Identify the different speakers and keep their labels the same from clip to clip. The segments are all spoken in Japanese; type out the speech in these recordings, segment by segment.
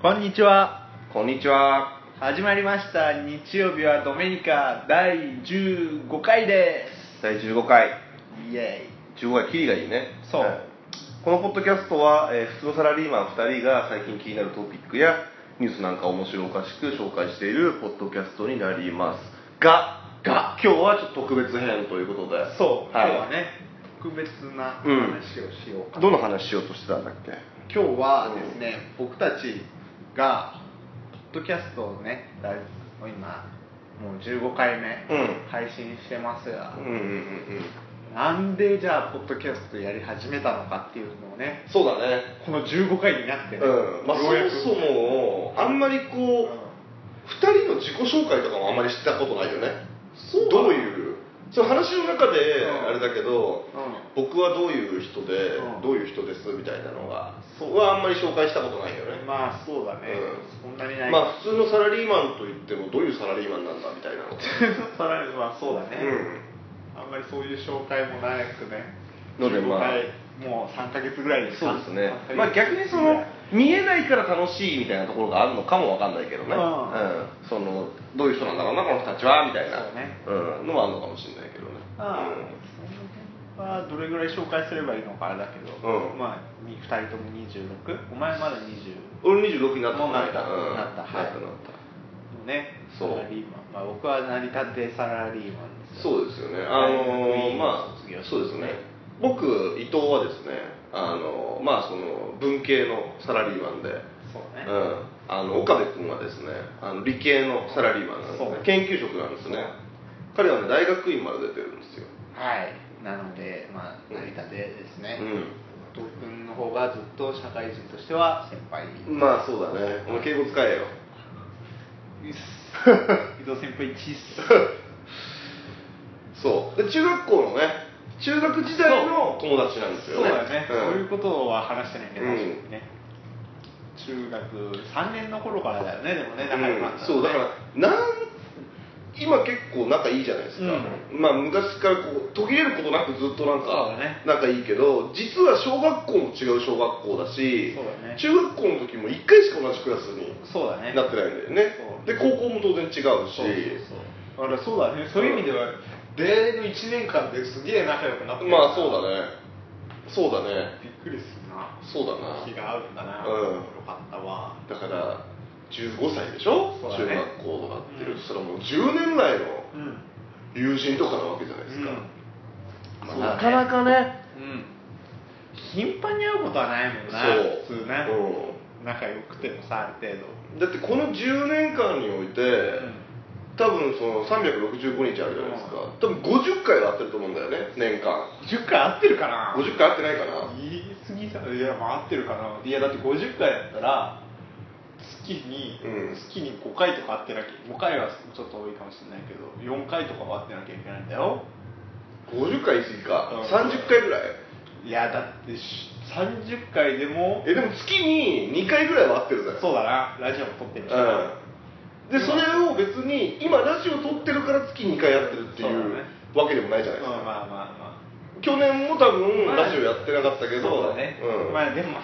Speaker 1: こんにちは。
Speaker 2: こんにちは。
Speaker 1: 始まりました。日曜日はドメニカ第15回で
Speaker 2: 第15回。
Speaker 1: す。イエ
Speaker 2: 15回、キリがいいね。
Speaker 1: そう
Speaker 2: はいこのポッドキャストは、えー普通のサラリーマン2人が最近気になるトピックやニュースなんか面白おかしく紹介しているポッドキャストになりますが、
Speaker 1: が
Speaker 2: 今日はちょっと特別編ということで
Speaker 1: ー。イ。そう、
Speaker 2: はい、
Speaker 1: 今日はね、特別な話をしようかな、
Speaker 2: どの話しようとしてたんだっけ
Speaker 1: 今日はですね、僕たちが、ポッドキャストをね、だい今、もう15回目、
Speaker 2: うん
Speaker 1: 配信してますが、
Speaker 2: うんうんうんうん。
Speaker 1: なんでじゃあ、ポッドキャストやり始めたのかっていうのをね、
Speaker 2: そうだね。
Speaker 1: この15回になってね、
Speaker 2: うん。まあ、そ
Speaker 1: ようや
Speaker 2: も
Speaker 1: く
Speaker 2: そも、あんまりこう、
Speaker 1: うん
Speaker 2: 2人の自己紹介とかもあんまり知ったことないよね
Speaker 1: そうなの
Speaker 2: どういうその話の中で
Speaker 1: うん
Speaker 2: あれだけど、
Speaker 1: う
Speaker 2: 僕はどういう人で、
Speaker 1: うん
Speaker 2: どういう人ですみたいなのが
Speaker 1: そう
Speaker 2: はあんまり紹介したことないよね、
Speaker 1: まあそうだね、そん
Speaker 2: うん
Speaker 1: なにない、
Speaker 2: まあ普通のサラリーマンといってもどういうサラリーマンなんだみたいな の
Speaker 1: そらまあそうだね、
Speaker 2: う
Speaker 1: あんまりそういう紹介もなくね
Speaker 2: のでまあ
Speaker 1: 15回もう3か月ぐらいに
Speaker 2: そうですね
Speaker 1: 三ヶ月
Speaker 2: まあ逆にそ
Speaker 1: ぐ
Speaker 2: の
Speaker 1: らい
Speaker 2: 見えないから楽しいみたいなところがあるのかもわかんないけどね、
Speaker 1: うん
Speaker 2: うんそのどういう人なんだろうなこの人たちはみたいな
Speaker 1: そうね
Speaker 2: うん、のもあるのかもしれないけどね
Speaker 1: ああ
Speaker 2: うん
Speaker 1: その辺はどれぐらい紹介すればいいのかあれだけど、
Speaker 2: うん
Speaker 1: まあ2人とも26お前まだ20
Speaker 2: 俺26になった
Speaker 1: もうなった
Speaker 2: うん
Speaker 1: なったはい
Speaker 2: なったなった
Speaker 1: のねサ
Speaker 2: そう
Speaker 1: ラリーマン、まあ、僕は成り立てサラリーマンですよ
Speaker 2: そうですよねあの
Speaker 1: 大学院
Speaker 2: ーま
Speaker 1: 卒業
Speaker 2: あ
Speaker 1: して
Speaker 2: そうですね僕伊藤はですねあのーまあその文系のサラリーマンで、
Speaker 1: そうね、
Speaker 2: うん、あの岡部君はですねあの理系のサラリーマンなんです
Speaker 1: そう
Speaker 2: ね研究職なんですね彼はね大学院まで出てるんですよ
Speaker 1: はい、なので、まあ、成田でですね、伊藤君の方がずっと社会人としては先輩、
Speaker 2: うんまあそうだねお前敬語使えよ
Speaker 1: 伊藤先輩一っす、
Speaker 2: そうで中学校のね中学時代の友達なんで
Speaker 1: そ
Speaker 2: すよ
Speaker 1: う
Speaker 2: ね
Speaker 1: だね、
Speaker 2: ん
Speaker 1: そういうことは話してないね、
Speaker 2: うん
Speaker 1: 確かにね、中学3年の頃からだよね、でもね、仲良くなったのね
Speaker 2: そうだからなん今結構仲いいじゃないですか、まあ昔からこう途切れることなくずっとなん
Speaker 1: そう
Speaker 2: か
Speaker 1: だね
Speaker 2: 仲いいけど実は小学校も違う小学校だし
Speaker 1: そうだね
Speaker 2: 中学校の時も1回しか同じクラスに
Speaker 1: そうだね、
Speaker 2: なってないんだよね
Speaker 1: そう
Speaker 2: で高校も当然違うし
Speaker 1: そうそうそう、だからそうだね、そういう意味では、出会いの1年間ですげえ仲良くなってる
Speaker 2: まあそうだねそうだね
Speaker 1: びっくりするな、
Speaker 2: そうだな
Speaker 1: 気が合うんだな、
Speaker 2: うん
Speaker 1: よかったわ。
Speaker 2: だから15歳でしょ、
Speaker 1: そうだ
Speaker 2: 中
Speaker 1: ね
Speaker 2: 学校とかってる、
Speaker 1: うん
Speaker 2: それはもう10年来の
Speaker 1: うん
Speaker 2: 友人とかなわけじゃないですか、
Speaker 1: うん
Speaker 2: まあなかなかね
Speaker 1: うん頻繁に会うことはないもんな
Speaker 2: そ
Speaker 1: 普
Speaker 2: う
Speaker 1: 通ね、仲良くてもさある程度
Speaker 2: うん、だってこの10年間において、多分その365日あるじゃないですか、多分50回は会ってると思うんだよね年間
Speaker 1: 50回会ってるかな
Speaker 2: 50回会ってないかな
Speaker 1: 言い過ぎたいやまあ合ってるかないやだって50回だったら月に、
Speaker 2: うん
Speaker 1: 月に5回とか会ってなきゃ5回はちょっと多いかもしれないけど4回とかは会ってなきゃいけないんだよ
Speaker 2: 50回言い過ぎか、
Speaker 1: うん
Speaker 2: 30回ぐらい
Speaker 1: いやだってし30回でも
Speaker 2: えでも月に2回ぐらいは会ってるじゃない
Speaker 1: そうだなラジオも撮ってるしな、
Speaker 2: うん、でそれを別に今ラジオ撮ってるから月2回やってるってい
Speaker 1: そう
Speaker 2: う
Speaker 1: だね
Speaker 2: わけでもないじゃない
Speaker 1: うん
Speaker 2: で
Speaker 1: ますあま
Speaker 2: か、
Speaker 1: あまあ
Speaker 2: 去年も多
Speaker 1: ま
Speaker 2: 分
Speaker 1: あ
Speaker 2: ラジオやってなかったけど、
Speaker 1: そうだね、
Speaker 2: ん
Speaker 1: まあでも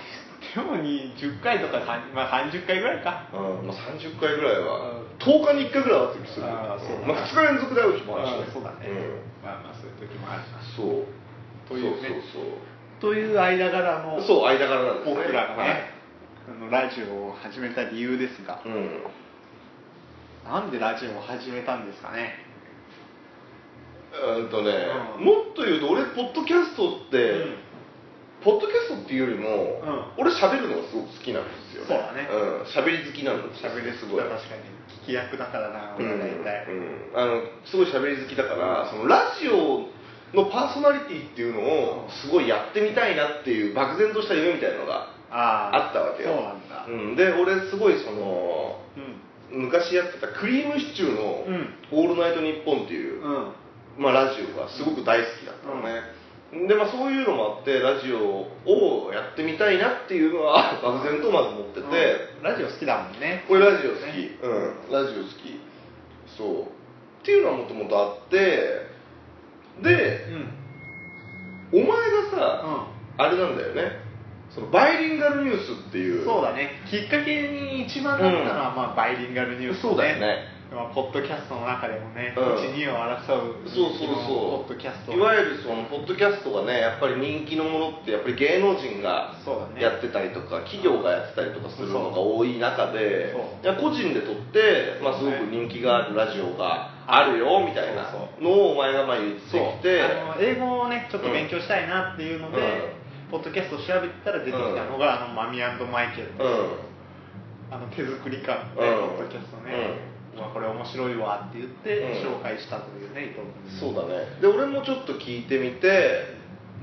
Speaker 1: でもに10回とか、さんまあ、30回ぐらいか
Speaker 2: うんまあ、30回ぐらいは、
Speaker 1: うん
Speaker 2: 10日に1回ぐらいは会ってる気する、
Speaker 1: あーそうだな
Speaker 2: まあ、2日連続で会う日もある
Speaker 1: うん
Speaker 2: し、
Speaker 1: そうだね、まあまあそういう時もあるな
Speaker 2: うんそう
Speaker 1: というね
Speaker 2: そ
Speaker 1: と
Speaker 2: う
Speaker 1: いう間柄
Speaker 2: そう
Speaker 1: の
Speaker 2: そうそう間柄なんですね
Speaker 1: 僕らがね、
Speaker 2: はい
Speaker 1: あのラジオを始めた理由ですが、
Speaker 2: うん、
Speaker 1: なんでラジオを始めたんですかね
Speaker 2: うんとね、
Speaker 1: うん
Speaker 2: もっと言うと俺ポッドキャストって、
Speaker 1: うん
Speaker 2: ポッドキャストっていうよりも、
Speaker 1: う
Speaker 2: 俺喋るのがすごく好きなんですよ
Speaker 1: そうだね
Speaker 2: うん、喋り好きなんですよ
Speaker 1: 喋りす
Speaker 2: すご
Speaker 1: ご
Speaker 2: い
Speaker 1: い確かに聞き役だからな
Speaker 2: う
Speaker 1: 俺
Speaker 2: ん
Speaker 1: は大体、
Speaker 2: うんあのすごい喋り好きだからそのラジオのパーソナリティっていうのをすごいやってみたいなっていう漠然とした夢みたいなのが
Speaker 1: ああ
Speaker 2: あったわけよ
Speaker 1: そうなんだ
Speaker 2: うん、で俺すごいその
Speaker 1: う
Speaker 2: 昔やってた「クリームシチューの
Speaker 1: うん
Speaker 2: 「オールナイトニッポン」っていう、
Speaker 1: んうん
Speaker 2: まあ、ラジオがすごく大好きだったのね、でまあ、そういうのもあってラジオをやってみたいなっていうのは 漠然とまず持ってて、
Speaker 1: うんラジオ好きだもんね
Speaker 2: これラジオ好き、
Speaker 1: ね
Speaker 2: うんラジオ好きそうっていうのはもともとあってで
Speaker 1: うん
Speaker 2: お前がさ、
Speaker 1: うん
Speaker 2: あれなんだよね
Speaker 3: そのバイリンガルニュースっていう
Speaker 1: そうだねきっかけに一番なったのは、まあ、バイリンガルニュース
Speaker 2: そうだよね
Speaker 1: まあ、ポッドキャストの中でもね、
Speaker 2: うん
Speaker 1: 1、2を争う、
Speaker 2: そうそう
Speaker 1: ポ
Speaker 2: そう
Speaker 1: ッドキャスト、
Speaker 2: いわゆるそのポッドキャストがねやっぱり人気のものってやっぱり芸能人が
Speaker 1: そうだね
Speaker 2: やってたりとか、企業がやってたりとかするのが多い中で
Speaker 1: そう
Speaker 2: いや個人で撮って、まあ、す
Speaker 1: そう
Speaker 2: ご
Speaker 1: ね
Speaker 2: く人気があるラジオがあるよみたいな
Speaker 1: そうそ
Speaker 2: のをお前がまあ言ってき
Speaker 1: そう
Speaker 2: て
Speaker 1: あの英語をね、ちょっと勉強したいなっていうので、
Speaker 2: う
Speaker 1: ポッドキャストを調べたら出てきたのが、あのマミマイケルの、
Speaker 2: うん
Speaker 1: あの手作り感の、ね
Speaker 2: うん
Speaker 1: ポッドキャストね、うわこれ面白いわって言って、
Speaker 2: うん
Speaker 1: 紹介したというね、伊藤君
Speaker 2: そうだねで俺もちょっと聞いてみて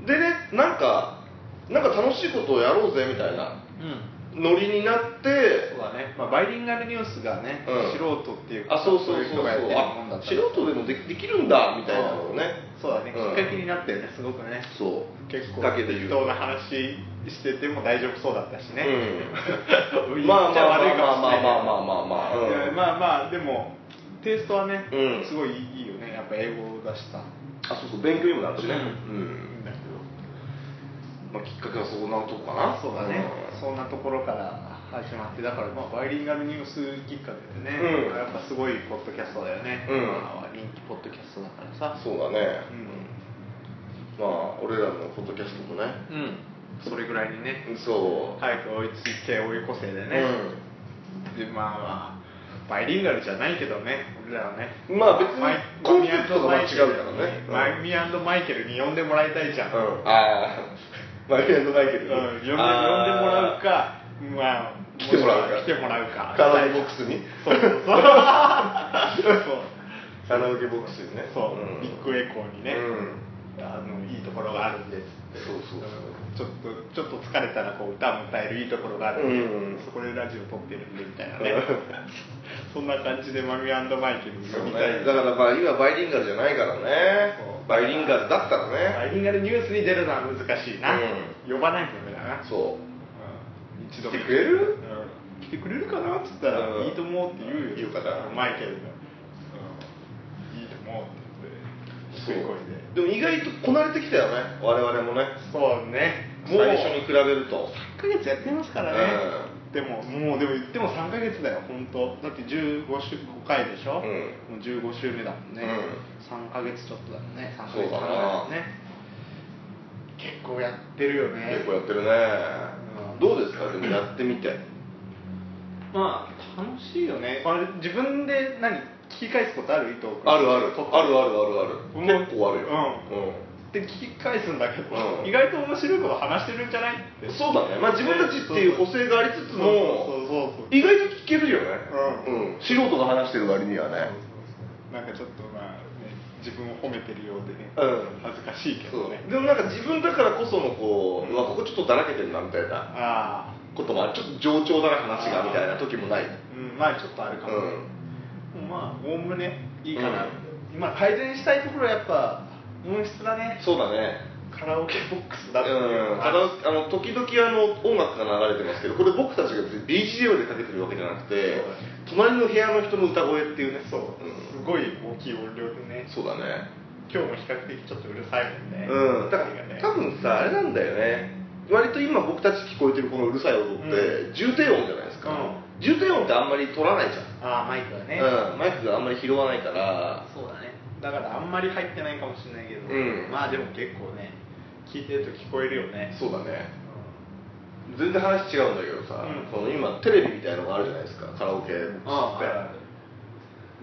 Speaker 2: でねなんかなんか楽しいことをやろうぜみたいな
Speaker 1: うん
Speaker 2: ノリになって
Speaker 1: そうだね、まあ、バイリンガルニュースがね、
Speaker 2: うん
Speaker 1: 素人っていうか、
Speaker 2: あそうそうそ
Speaker 1: い
Speaker 2: うそう
Speaker 1: 人がやってるもんだっ
Speaker 2: あ
Speaker 1: た
Speaker 2: 素人でもできできるんだみたいなのをね
Speaker 1: そうだね、き
Speaker 2: うん
Speaker 1: っかけになったよね、すごくね、
Speaker 2: そう
Speaker 1: 結
Speaker 2: きっ
Speaker 1: 構、
Speaker 2: かけで言
Speaker 1: 適
Speaker 2: う
Speaker 1: 当な話してても大丈夫そうだったしね、
Speaker 2: うん
Speaker 1: 言っ
Speaker 2: まあ
Speaker 1: ち
Speaker 2: ま
Speaker 1: ゃ
Speaker 2: あ
Speaker 1: 悪いかもしれない
Speaker 2: まあまあまあまあまあま
Speaker 1: いやまあまあ、
Speaker 2: あうん
Speaker 1: でも、テイストはね、
Speaker 2: うん
Speaker 1: すごいいいよね、やっぱ英語を出したん
Speaker 2: あそうそう勉強にもなるし
Speaker 1: う
Speaker 2: ねうん
Speaker 1: だけど、
Speaker 2: まあきっかけはそんなとこかな
Speaker 1: そうだね、
Speaker 2: ん
Speaker 1: そんなところから始まって、だから、まあ、バイリンガルニュースきっかけでね、
Speaker 2: うん
Speaker 1: やっぱすごいポッドキャストだよね、
Speaker 2: うん
Speaker 1: まあ人気ポッドキャストだからさ。
Speaker 2: そうだね
Speaker 1: う
Speaker 2: まあ俺らのポッドキャストもね
Speaker 1: ん、うん、それぐらいにね
Speaker 2: そう
Speaker 1: 早く追いついて追い越せでね、でまあまあバイリンガルじゃないけどね俺らはね
Speaker 2: まあ別に
Speaker 1: マイ
Speaker 2: コンセプトが違うからね
Speaker 1: マイミーマイケルに呼んでもらいたいじゃん、うん
Speaker 2: うんああマイケルのないけど
Speaker 1: 呼んで呼んでもらうかまあ
Speaker 2: 来てもらうか
Speaker 1: しくは来てもらうか
Speaker 2: カラオケボックスに
Speaker 1: そうそ うそう
Speaker 2: カラオケボックスにね
Speaker 1: そうそう、
Speaker 2: うん
Speaker 1: ビッグエコーにね、
Speaker 2: うん
Speaker 1: あのいいところがあるんです
Speaker 2: そうそうそう
Speaker 1: ちょっとちょっと疲れたらこう歌も歌えるいいところがあるんで、
Speaker 2: うん
Speaker 1: そこでラジオ撮ってるんでみたいな
Speaker 2: う
Speaker 1: ね
Speaker 2: ん
Speaker 1: そんな感じでマミーマイケルに
Speaker 2: そう
Speaker 1: 呼び
Speaker 2: ね
Speaker 1: たい、
Speaker 2: だからまあ今バイリンガルじゃないからね
Speaker 1: そう
Speaker 2: バイリンガルだったら
Speaker 1: バイ
Speaker 2: ね
Speaker 1: リンガルニュースに出るのは難しいな、
Speaker 2: う
Speaker 1: 呼ばないとダメだな
Speaker 2: そう
Speaker 1: うん一度
Speaker 2: 来てくれる
Speaker 1: うん来てくれるかなっつったら、
Speaker 2: うん
Speaker 1: いいと思うって言うよ
Speaker 2: 言うかな
Speaker 1: マイケルが、うんいいと思うって
Speaker 2: そう
Speaker 1: 言って低い声で
Speaker 2: でも意外とこなれてきたよね我々もね
Speaker 1: そうね
Speaker 2: 最初に比べると
Speaker 1: 3ヶ月やってますからね、でももうでも言っても3ヶ月だよ本当だって15週5回でしょ、
Speaker 2: うん
Speaker 1: もう15週目だもんね、
Speaker 2: うん
Speaker 1: 3ヶ月ちょっとだもんね3ヶ
Speaker 2: そう
Speaker 1: 月
Speaker 2: だな
Speaker 1: 半ぐらいだもんね結構やってるよね
Speaker 2: 結構やってるね
Speaker 1: うん
Speaker 2: どうですかでもやってみて
Speaker 1: まあ楽しいよねあれ自分で何聞き返すことある伊藤君
Speaker 2: あるある
Speaker 1: 撮った
Speaker 2: あるあるあるあ
Speaker 1: う
Speaker 2: る
Speaker 1: ん
Speaker 2: 結構あるよ
Speaker 1: うんって聞き返すんだけど、
Speaker 2: うん
Speaker 1: 意外と面白いこと話してるんじゃないって
Speaker 2: うんそうだねまあ自分たちっていう補正がありつつ
Speaker 1: そう
Speaker 2: も
Speaker 1: そうそうそう
Speaker 2: 意外と聞けるよね
Speaker 1: う
Speaker 2: うん素人が話してる割にはね
Speaker 1: なんかちょっとまあ、ね、自分を褒めてるようでね、
Speaker 2: うん
Speaker 1: 恥ずかしいけ
Speaker 2: そ
Speaker 1: どね
Speaker 2: うでもなんか自分だからこそのこううわここちょっとだらけてるなみたいな
Speaker 1: ああ
Speaker 2: こともあるちょっと冗長だな話がみたいな時もない
Speaker 1: うんまあちょっとあるかも、ねまあおおむねいいかな、
Speaker 2: う
Speaker 1: まあ改善したいところはやっぱ音質だね
Speaker 2: そうだね
Speaker 1: カラオケボックス
Speaker 2: う
Speaker 1: だっていうんの
Speaker 2: た
Speaker 1: が
Speaker 2: だあの時々あの音楽が流れてますけどこれ僕たちが別に BGM でかけてるわけじゃなくて
Speaker 1: そうだね
Speaker 2: 隣の部屋の人の歌声っていうね
Speaker 1: そう、
Speaker 2: ん
Speaker 1: すごい大きい音量でね
Speaker 2: そうだね
Speaker 1: 今日も比較的ちょっとうるさいもんね、
Speaker 2: うんだか
Speaker 1: 声がね
Speaker 2: ら多分さあれなんだよね割と今僕たち聞こえてるこのうるさい音って、
Speaker 1: う
Speaker 2: 重低音じゃないですか、
Speaker 1: う
Speaker 2: 重低音ってあんまり取らないじゃん
Speaker 1: ああマイクはね、
Speaker 2: うん、マイクがあんまり拾わないから
Speaker 1: そうだねだからあんまり入ってないかもしれないけど、
Speaker 2: うん
Speaker 1: まあでも結構ね聞いてると聞こえるよね
Speaker 2: そうだね
Speaker 1: う
Speaker 2: 全然話違うんだけどさ、
Speaker 1: うん
Speaker 2: その今テレビみたいのがあるじゃないですかカラオケボックスっ
Speaker 1: ん
Speaker 2: て
Speaker 1: あ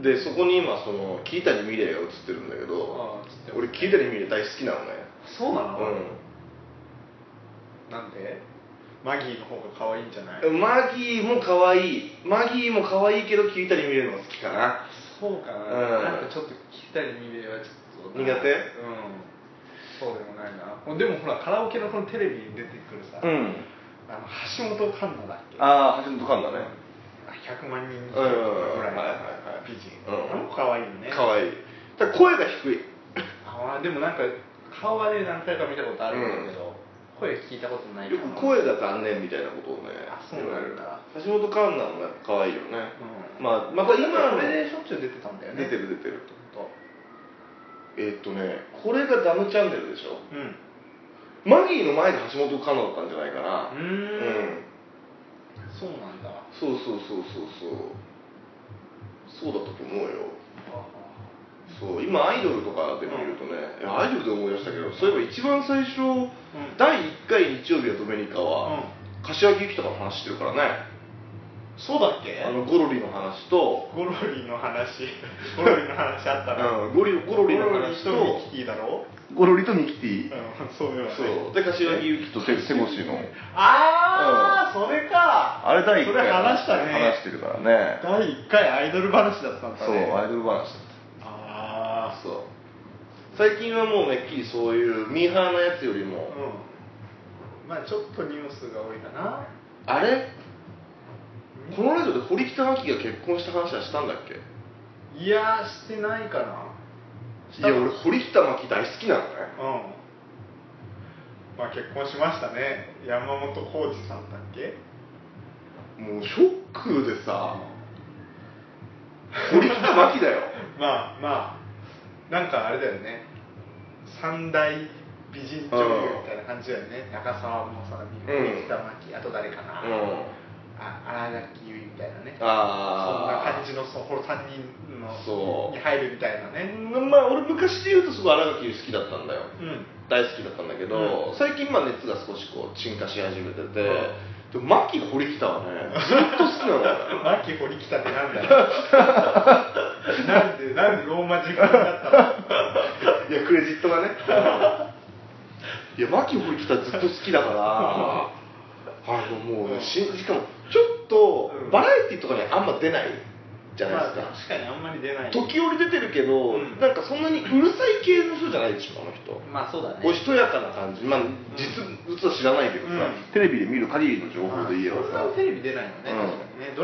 Speaker 2: でそこに今その聞いたりミレイが映ってるんだけど
Speaker 1: あー映ってる
Speaker 2: 俺聞いたりミレイ大好きなのね
Speaker 1: そうなの、
Speaker 2: う
Speaker 1: なんでマギーの方が可愛いんじゃない、
Speaker 2: んマギーも可愛いマギーも可愛いけど聞いたりミレイの方が好きかな
Speaker 1: そうかな、な
Speaker 2: うん
Speaker 1: んかちょっと聞いたり見ればちょっと
Speaker 2: 苦手
Speaker 1: うんそうでもないなでもほらカラオケのこのテレビに出てくるさ、
Speaker 2: ん
Speaker 1: あの橋本環奈だっけ
Speaker 2: ああ橋本環奈ね
Speaker 1: あ100万人ぐ
Speaker 2: うん
Speaker 1: らい
Speaker 2: はいはいは
Speaker 1: の
Speaker 2: い
Speaker 1: 美人、
Speaker 2: う
Speaker 1: あ
Speaker 2: ん
Speaker 1: の子可愛いよね
Speaker 2: 可愛いただ声が低い
Speaker 1: あーでもなんか顔はね何回か見たことあるんだけど、声聞いたことない
Speaker 2: よく声が残念みたいなことをね
Speaker 1: あそうなんだ
Speaker 2: 言われる橋本環奈もやっぱ可愛いよね、
Speaker 1: うん
Speaker 2: まあま
Speaker 1: ま
Speaker 2: た
Speaker 1: た
Speaker 2: 今
Speaker 1: 今
Speaker 2: の
Speaker 1: これでしょっちゅう出てたんだよね
Speaker 2: 出てる出てる
Speaker 1: と
Speaker 2: えーっとねこれがダムチャンネルでしょ
Speaker 1: うん
Speaker 2: マギーの前で橋本環奈だったんじゃないかな
Speaker 1: うーんそうなんだ
Speaker 2: そうそうそうそうそうそうだったと思うよそう今アイドルとかで見るとね、いやアイドルで思い出したけどそういえば一番最初、第1回日曜日はドメニカは、柏木由紀とかの話してるからね
Speaker 1: そうだっけ
Speaker 2: あのゴロリの話と、
Speaker 1: ゴロリの話 ゴロリの話あったな、
Speaker 2: うんゴリゴロリの
Speaker 1: ゴロリ
Speaker 2: 話
Speaker 1: と
Speaker 2: と
Speaker 1: ミキティだろ
Speaker 2: ゴロリとミキティ、
Speaker 1: うんそうよね
Speaker 2: そうで柏木由紀と瀬越の
Speaker 1: ああ、それか
Speaker 2: あれ第1
Speaker 1: そ
Speaker 2: 回
Speaker 1: れ話したね
Speaker 2: 話してるからね
Speaker 1: 第1回アイドル話だったんだね
Speaker 2: そうアイドル話だった
Speaker 1: ああ
Speaker 2: そう最近はもうめっきりそういうミーハーなやつよりも、
Speaker 1: うんまあちょっとニュースが多いかな
Speaker 2: あれこのラジオで堀北真希が結婚した話はしたんだっけ
Speaker 1: いやしてないかない
Speaker 2: や俺堀北真希大好きなのね
Speaker 1: うんまあ結婚しましたね山本浩二さんだっけ
Speaker 2: もうショックでさ堀北真希だよ
Speaker 1: まあまあなんかあれだよね三大美人女優みたいな感じだよね中澤まさみ
Speaker 2: うん
Speaker 1: 三田真希あと誰かな、
Speaker 2: うん
Speaker 1: あ新垣結衣みたいなねそんな
Speaker 2: ああ
Speaker 1: 感じのそこの3人の
Speaker 2: そう
Speaker 1: に入るみたいなね
Speaker 2: まあ俺昔で言うとすごい新垣結衣好きだったんだよ
Speaker 1: うん
Speaker 2: 大好きだったんだけど、
Speaker 1: う
Speaker 2: 最近まあ熱が少しこう沈下し始めてて、
Speaker 1: ん
Speaker 2: でも真木堀北はねずっと好きなのよ
Speaker 1: マキ堀北ってなんだよなんでなんでローマ字がだったの
Speaker 2: いやクレジットがねいや真木堀北ずっと好きだからあのもうねししかもちょっと
Speaker 1: うん
Speaker 2: バラエティとかにあんま出ないじゃないですか、
Speaker 1: まあ確かにあんまり出ない
Speaker 2: 時折出てるけど、
Speaker 1: うん
Speaker 2: なんかそんなにうるさい系の人じゃないでしょあの人、
Speaker 1: まあそうだね
Speaker 2: おしとやかな感じ、まあ、実物は知らないけどさ、
Speaker 1: うん
Speaker 2: テレビで見る限りの情報で言えば
Speaker 1: そんな
Speaker 2: さ
Speaker 1: テレビ出ないのね、
Speaker 2: うん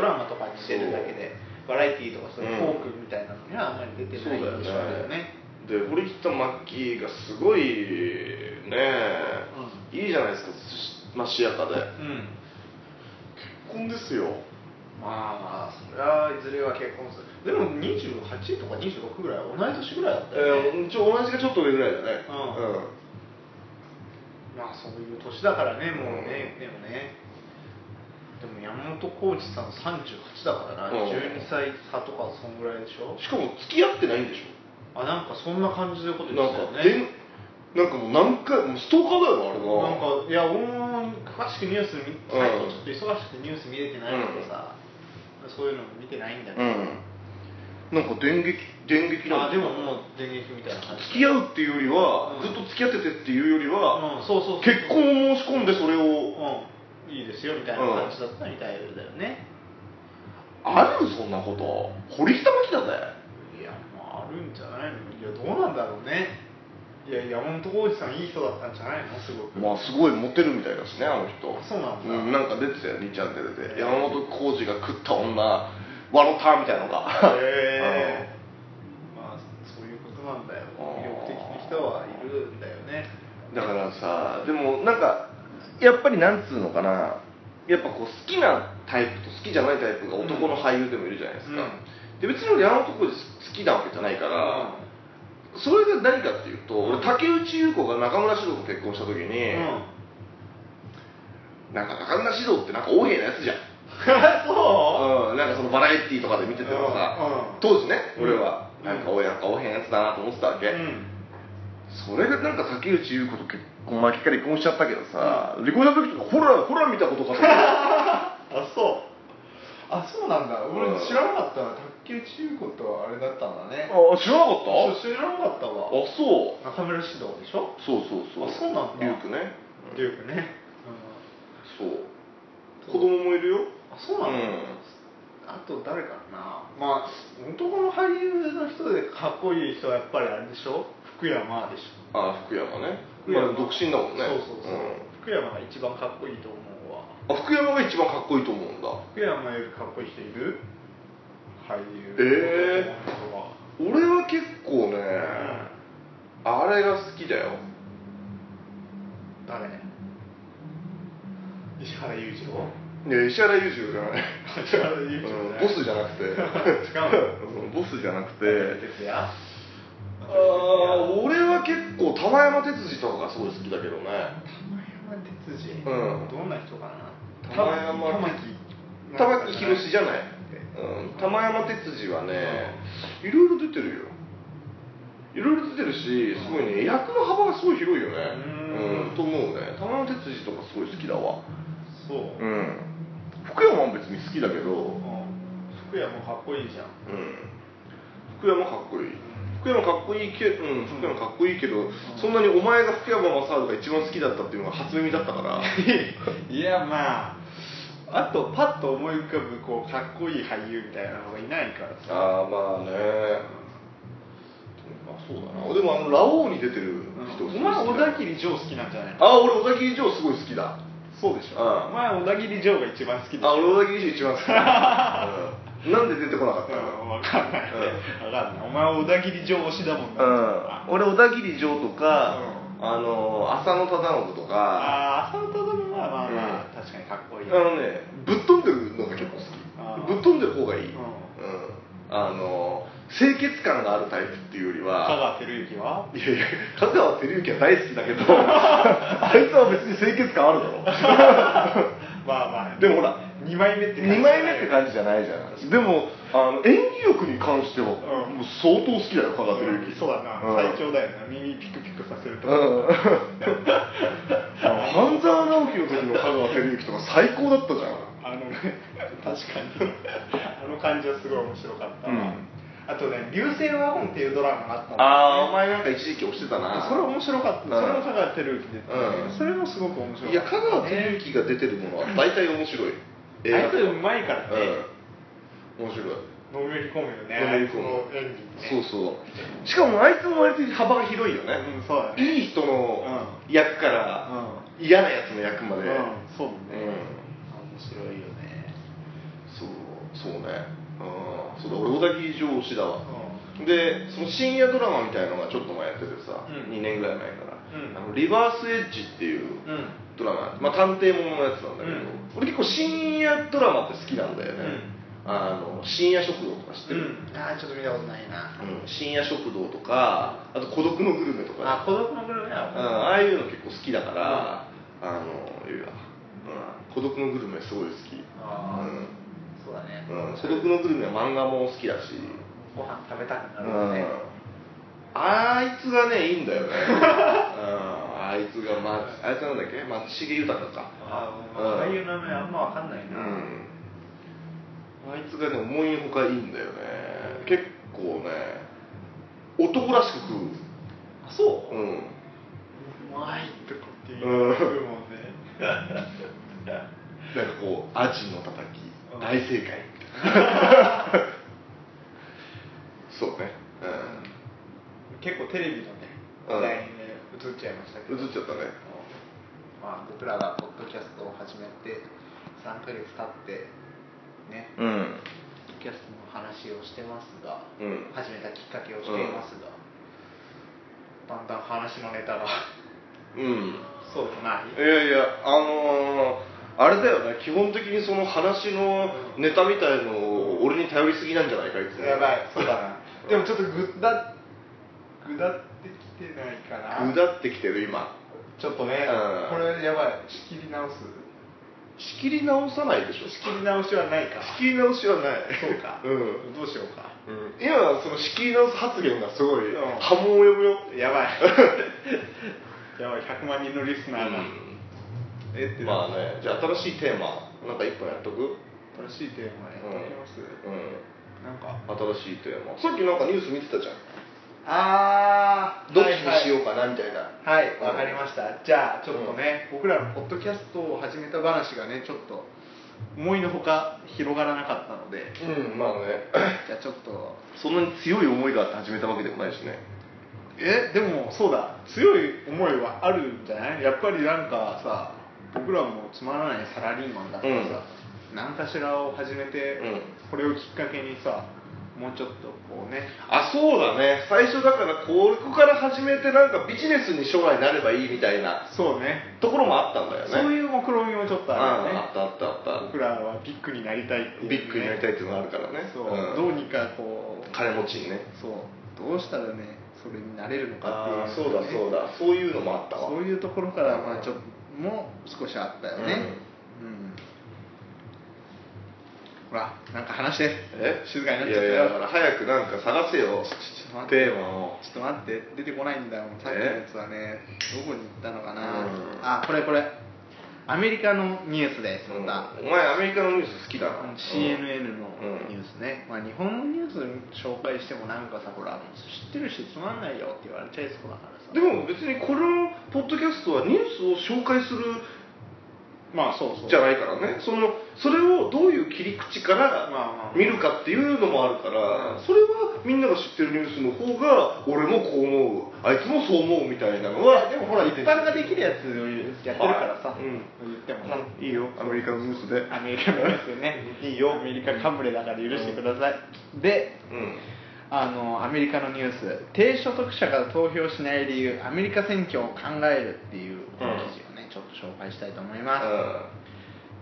Speaker 1: 確かにねドラマとかに出るだけでバラエティーとかそういうフォークみたいなのにはあんまり出て
Speaker 2: そ
Speaker 1: な
Speaker 2: うだ
Speaker 1: い印象
Speaker 2: よ
Speaker 1: だよ
Speaker 2: ね
Speaker 1: ね
Speaker 2: で堀北真希がすごいねいいじゃないですかしまあしやかで
Speaker 1: うん
Speaker 2: 結婚ですよ
Speaker 1: まあそれはいずれは結婚するでも28とか26ぐらい同い年ぐらいだったよね、
Speaker 2: えー、ちょ同じかちょっと上ぐらいだね
Speaker 1: うんまあそういう年だからねもうね、でもねでも山本浩二さん38だからな、
Speaker 2: うん
Speaker 1: 12歳差とかそんぐらいでしょ
Speaker 2: うんしかも付き合ってないんでし
Speaker 1: あなんかそんな感じのこと
Speaker 2: ょ
Speaker 1: 言っ
Speaker 2: なん
Speaker 1: てたよね
Speaker 2: か、でなんかもう何回もうストーカーだよあれ
Speaker 1: な
Speaker 2: なん
Speaker 1: かいや俺も詳しくニュース見最近ちょっと忙しくてニュース見れてないけどさ、そういうの見てないんだけ
Speaker 2: う
Speaker 1: ど、
Speaker 2: んなんか電撃電撃
Speaker 1: あ
Speaker 2: なん
Speaker 1: でももう電撃みたいな感じ
Speaker 2: 付き合うっていうよりは、
Speaker 1: うん
Speaker 2: ずっと付き合っててっていうよりは、
Speaker 1: うんそうそうそう
Speaker 2: 結婚を申し込んでそれを、
Speaker 1: うんいいですよみたいな感じだったみたいだよね、
Speaker 2: あるそんなこと堀北真希だぜ
Speaker 1: いやまああるんじゃないのいやどうなんだろうねいや山本浩二さんいい人だったんじゃないのすごく
Speaker 2: まあすごいモテるみたいだしねあの人
Speaker 1: あそうなんだ
Speaker 2: なんか出てたよ2チャンネル
Speaker 1: へえ
Speaker 2: で、山本浩二が食った女わろたみたいなのが
Speaker 1: へえまあそういうことなんだよ
Speaker 2: あ
Speaker 1: 魅力的な
Speaker 2: ー
Speaker 1: 人はいるんだよね
Speaker 2: うんだからさでもなんかやっぱりなんつうのかなやっぱこう好きなタイプと好きじゃないタイプが男の俳優でもいるじゃないですか、
Speaker 1: うん
Speaker 2: で別に俺山本浩二好きなわけじゃないから、それが何かっていうと、俺竹内優子が中村獅童と結婚した時に、
Speaker 1: うん
Speaker 2: なんか中村獅童ってなんか大変なやつじゃん
Speaker 1: そう
Speaker 2: うん、なんかそのバラエティーとかで見ててもさ、
Speaker 1: うんうん
Speaker 2: 当時ね俺は、
Speaker 1: うん
Speaker 2: なんかおいなんかおへんやつだなと思ってたわけ、それがなんか竹内優子と結婚巻きから離婚しちゃったけどさ、離婚した時とかほらほら見たことかと思って
Speaker 1: あそうあそうなんだ俺
Speaker 2: うん
Speaker 1: 知らなかったな卓球中古とあれだったんだね
Speaker 2: あ知らなかった
Speaker 1: そう知らなかった
Speaker 2: あ
Speaker 1: わ
Speaker 2: そう
Speaker 1: 中村獅童でしょ
Speaker 2: そうそうそう
Speaker 1: あそうなんだ
Speaker 2: リュウクね
Speaker 1: デュークね、
Speaker 2: そう子供もいるよ
Speaker 1: うん、あそうなんだ、あと誰かなまあ男の俳優の人でかっこいい人はやっぱりあれでしょ福山でしょ
Speaker 2: あ福山ね
Speaker 1: 福山
Speaker 2: まあ、独身だもんね
Speaker 1: そうそうそう、福山が一番かっこいいと思うわ
Speaker 2: うんあ福山が一番かっこいいと思うんだ
Speaker 1: 福山よりかっこいい人いる俳優
Speaker 2: えー
Speaker 1: 男の人は
Speaker 2: 俺は結構ね、あれが好きだよ
Speaker 1: 誰石原裕次郎
Speaker 2: いや石原裕次郎じゃない
Speaker 1: 石原 裕次郎
Speaker 2: うんボスじゃなくて
Speaker 1: 違うの
Speaker 2: うんボスじゃなく
Speaker 1: て
Speaker 2: て
Speaker 1: 哲也
Speaker 2: ああ俺は結構玉山哲司とかがすごい好きだけどね
Speaker 1: 玉山哲司、
Speaker 2: うん
Speaker 1: どんな人かな
Speaker 2: 玉
Speaker 1: 玉
Speaker 2: 山
Speaker 1: 木
Speaker 2: 玉木宏じゃない、うん、玉山哲司はねいろいろ出てるよいろいろ出てるしすごいね役の幅がすごい広いよね
Speaker 1: うん
Speaker 2: うんと思うね玉山哲司とかすごい好きだわ
Speaker 1: そう、う
Speaker 2: うんん福山も別に好きだけどうん
Speaker 1: 福山かっこいいじゃん
Speaker 2: 福山かっこいい福山かっこいいけうん福山かっこいいけど、そんなにお前が福山雅治が一番好きだったっていうのが初耳だったから
Speaker 1: いやまああとパッと思い浮かぶこうかっこいい俳優みたいなのがいないからさ
Speaker 2: ああまあねまあそうだなでもあのラオウに出てる人
Speaker 1: お前小田
Speaker 2: 切
Speaker 1: 切城好きなんじゃないの
Speaker 2: あ俺小田切城すごい好きだ
Speaker 1: そうでしょ
Speaker 2: うん
Speaker 1: お前小田切城が一番好きでし
Speaker 2: あ
Speaker 1: ょ
Speaker 2: 俺小田切城一番好きだ、うんなんで出てこなかったんだろ
Speaker 1: 分
Speaker 2: う
Speaker 1: かんない分かんないお前小田切城推しだもんなあ
Speaker 2: うん、俺小田切城とか、あの浅野忠信とか
Speaker 1: あー浅野忠信はまあまあ
Speaker 2: うん
Speaker 1: 確かにかっこ
Speaker 2: あ
Speaker 1: いい
Speaker 2: のねぶっ飛んでるのが結構
Speaker 1: あ
Speaker 2: 好
Speaker 1: ー
Speaker 2: きぶっ飛んでる方がいい、
Speaker 1: う
Speaker 2: うんんあの清潔感があるタイプっていうよりは
Speaker 1: 香川照之はい
Speaker 2: やいや、香川照之は大好きだ けど、あいつは別に清潔感あるだろ。
Speaker 1: まあまあ
Speaker 2: でもほら
Speaker 1: 2枚目って感じ
Speaker 2: 2枚目って感じじゃないじゃない。でも、あの演技力に関しては、
Speaker 1: ん
Speaker 2: もう相当好きだよ、香川照之。
Speaker 1: そうだな、
Speaker 2: ん
Speaker 1: 最強だよな耳ピクピクさせると
Speaker 2: う
Speaker 1: か、
Speaker 2: ん。半沢直樹の時の香川照之とか最高だったじゃん。
Speaker 1: あのね確かに あの感じはすごい面白かったわ、
Speaker 2: うん
Speaker 1: あとね「流星ワゴン」っていうドラマがあったん
Speaker 2: ああ、お前なんか一時期押してた
Speaker 1: それ面白かった、
Speaker 2: うん
Speaker 1: それも香川照之で、
Speaker 2: うん
Speaker 1: それもすごく面白かった
Speaker 2: いや、香川照之が出てるものは大体面白い。映画
Speaker 1: あいつうまいからね、
Speaker 2: うん。面白い。
Speaker 1: のめり込むよね
Speaker 2: のめり込む
Speaker 1: あいつの演技にね
Speaker 2: そうそうしかもあいつも割と幅が広いよね、
Speaker 1: うんそうだね
Speaker 2: いい人の役から嫌なやつの役ま
Speaker 1: うん、
Speaker 2: で、
Speaker 1: そうね、
Speaker 2: うん
Speaker 1: 面白いよね
Speaker 2: そうそうねうんそうだ俺小田切城推しだわ、でその深夜ドラマみたいのがちょっと前やっててさ、
Speaker 1: うん
Speaker 2: 2年ぐらい前から、
Speaker 1: うん
Speaker 2: あのリバースエッジっていう
Speaker 1: うん
Speaker 2: ドラマ、まあ、探偵もののやつなんだけど、
Speaker 1: うん
Speaker 2: 俺結構深夜ドラマって好きなんだよね、あの深夜食堂とか知って
Speaker 1: う
Speaker 2: る、
Speaker 1: んああちょっと見たことないな
Speaker 2: うん深夜食堂とかあと孤独のグルメとか
Speaker 1: あ孤独のグルメ
Speaker 2: うん
Speaker 1: は
Speaker 2: ああいうの結構好きだから、あのいや、うん、孤独のグルメすごい好き、
Speaker 1: あそうだね
Speaker 2: うんうん、孤独のグルメは漫画も好きだし、
Speaker 1: ご飯食べたくな
Speaker 2: う
Speaker 1: るよ
Speaker 2: ん
Speaker 1: ね、
Speaker 2: あいつがねいいんだ よね、うん、あいつが、ま、あいつなんだっけ松重豊か
Speaker 1: あー
Speaker 2: うん
Speaker 1: ああいう名前あんまわかんないうな、
Speaker 2: んあいつがね思いのほかいいんだよね結構ね男らしく食
Speaker 1: あそう
Speaker 2: ううん
Speaker 1: うまいとかって言うもんね、
Speaker 2: なんかこうアジのたたき
Speaker 1: うん
Speaker 2: 大正解みたいな そうね
Speaker 1: 結構テレビのね
Speaker 2: う
Speaker 1: 時
Speaker 2: ん
Speaker 1: 代にね映っちゃいましたけ
Speaker 2: うん
Speaker 1: ど
Speaker 2: 映っちゃったね
Speaker 1: まあ僕らがポッドキャストを始めて3ヶ月経ってねポッ
Speaker 2: うん
Speaker 1: ドキャストの話をしてますが、
Speaker 2: うん
Speaker 1: 始めたきっかけをしていますが、だんだん話のネタが
Speaker 2: うん
Speaker 1: そうじゃない
Speaker 2: いやいやあのーあれだよね基本的にその話のネタみたいのを俺に頼りすぎなんじゃないかいつも
Speaker 1: やばいそうだなでもちょっとぐだぐだってきてないかな
Speaker 2: ぐだってきてる今
Speaker 1: ちょっとね、
Speaker 2: うん
Speaker 1: これやばい仕切り直す
Speaker 2: 仕切り直さないでしょ
Speaker 1: 仕切り直しはないか
Speaker 2: 仕切り直しはない
Speaker 1: そうか、
Speaker 2: うん
Speaker 1: どうしようか
Speaker 2: 今その仕切り直す発言がすごい
Speaker 1: うん
Speaker 2: 波紋を呼ぶよ
Speaker 1: やばい やばい100万人のリスナーが、えって
Speaker 2: ま
Speaker 1: な
Speaker 2: あね、じゃあ新しいテーマ、なんか一本やっとく、
Speaker 1: 新しいテーマやってみます、
Speaker 2: う
Speaker 1: なんか
Speaker 2: ん、新しいテーマ、さっきなんかニュース見てたじゃ
Speaker 1: あ
Speaker 2: ん、どっちにしようかなみたいな、
Speaker 1: はいわかりましたじゃあちょっとね、僕らのポッドキャストを始めた話がねちょっと思いのほか広がらなかったので
Speaker 2: うん、まあね、
Speaker 1: じゃあちょっと
Speaker 2: そんなに強い思いがあって始めたわけでもないしね、
Speaker 1: えでもそうだ強い思いはあるんじゃないやっぱりなんかさ僕らもつまらないサラリーマンだからさ、何かしらを始めて、
Speaker 2: うん
Speaker 1: これをきっかけにさもうちょっとこうね
Speaker 2: あ、そうだね、最初だから、ここから始めて、なんかビジネスに将来なればいいみたいな
Speaker 1: そうね
Speaker 2: ところもあったんだよね、
Speaker 1: そう
Speaker 2: う
Speaker 1: いう目論見もちょっと
Speaker 2: ん
Speaker 1: あるよ
Speaker 2: あ
Speaker 1: ね
Speaker 2: ったあったあっ
Speaker 1: 僕らはビッグになりたいっていう、
Speaker 2: た、ビッグになりたいっていうのがあるからね、
Speaker 1: そう、
Speaker 2: ん
Speaker 1: どうにかこう
Speaker 2: 金持ちにね、
Speaker 1: そうどうしたらねそれになれるのかっ
Speaker 2: ああ
Speaker 1: てい
Speaker 2: そう
Speaker 1: う、
Speaker 2: だそうだそういうのもあったわ
Speaker 1: そういうところからまあちょっとも少しあったよねうん、ほらなんか話して
Speaker 2: え
Speaker 1: 静かになっ
Speaker 2: い
Speaker 1: ちゃった
Speaker 2: やい
Speaker 1: よ
Speaker 2: や早くなんか探せよ
Speaker 1: ちょっと待って
Speaker 2: テーマを
Speaker 1: ちょっと待って出てこないんだよさっきのやつはねどこに行ったのかな、
Speaker 2: うん
Speaker 1: あこれこれアメリカのニュースです
Speaker 2: うん
Speaker 1: また、
Speaker 2: お前アメリカのニュース好きだな
Speaker 1: CNN のニュースね、まあ、日本のニュース紹介してもなんかさほら知ってるしつまんないよって言われちゃいそうだからさ
Speaker 2: でも別にこのポッドキャストはニュースを紹介する
Speaker 1: まあそうそう
Speaker 2: じゃないからねそのそれをどういう切り口か
Speaker 1: まあまあ
Speaker 2: ら見るかっていうのもあるから、それはみんなが知ってるニュースの方が俺もこう思うあいつもそう思うみたいなのは
Speaker 1: でもほら一般ができるやつをやってるからさ、
Speaker 2: はいうん
Speaker 1: 言ってもね
Speaker 2: うんいいよアメリカのニュースで
Speaker 1: アメリカのニュースねいいよアメリカカムレだから許してください、で
Speaker 2: うん
Speaker 1: あのアメリカのニュース低所得者が投票しない理由アメリカ選挙を考えるっていう記事をね、ちょっと紹介したいと思います、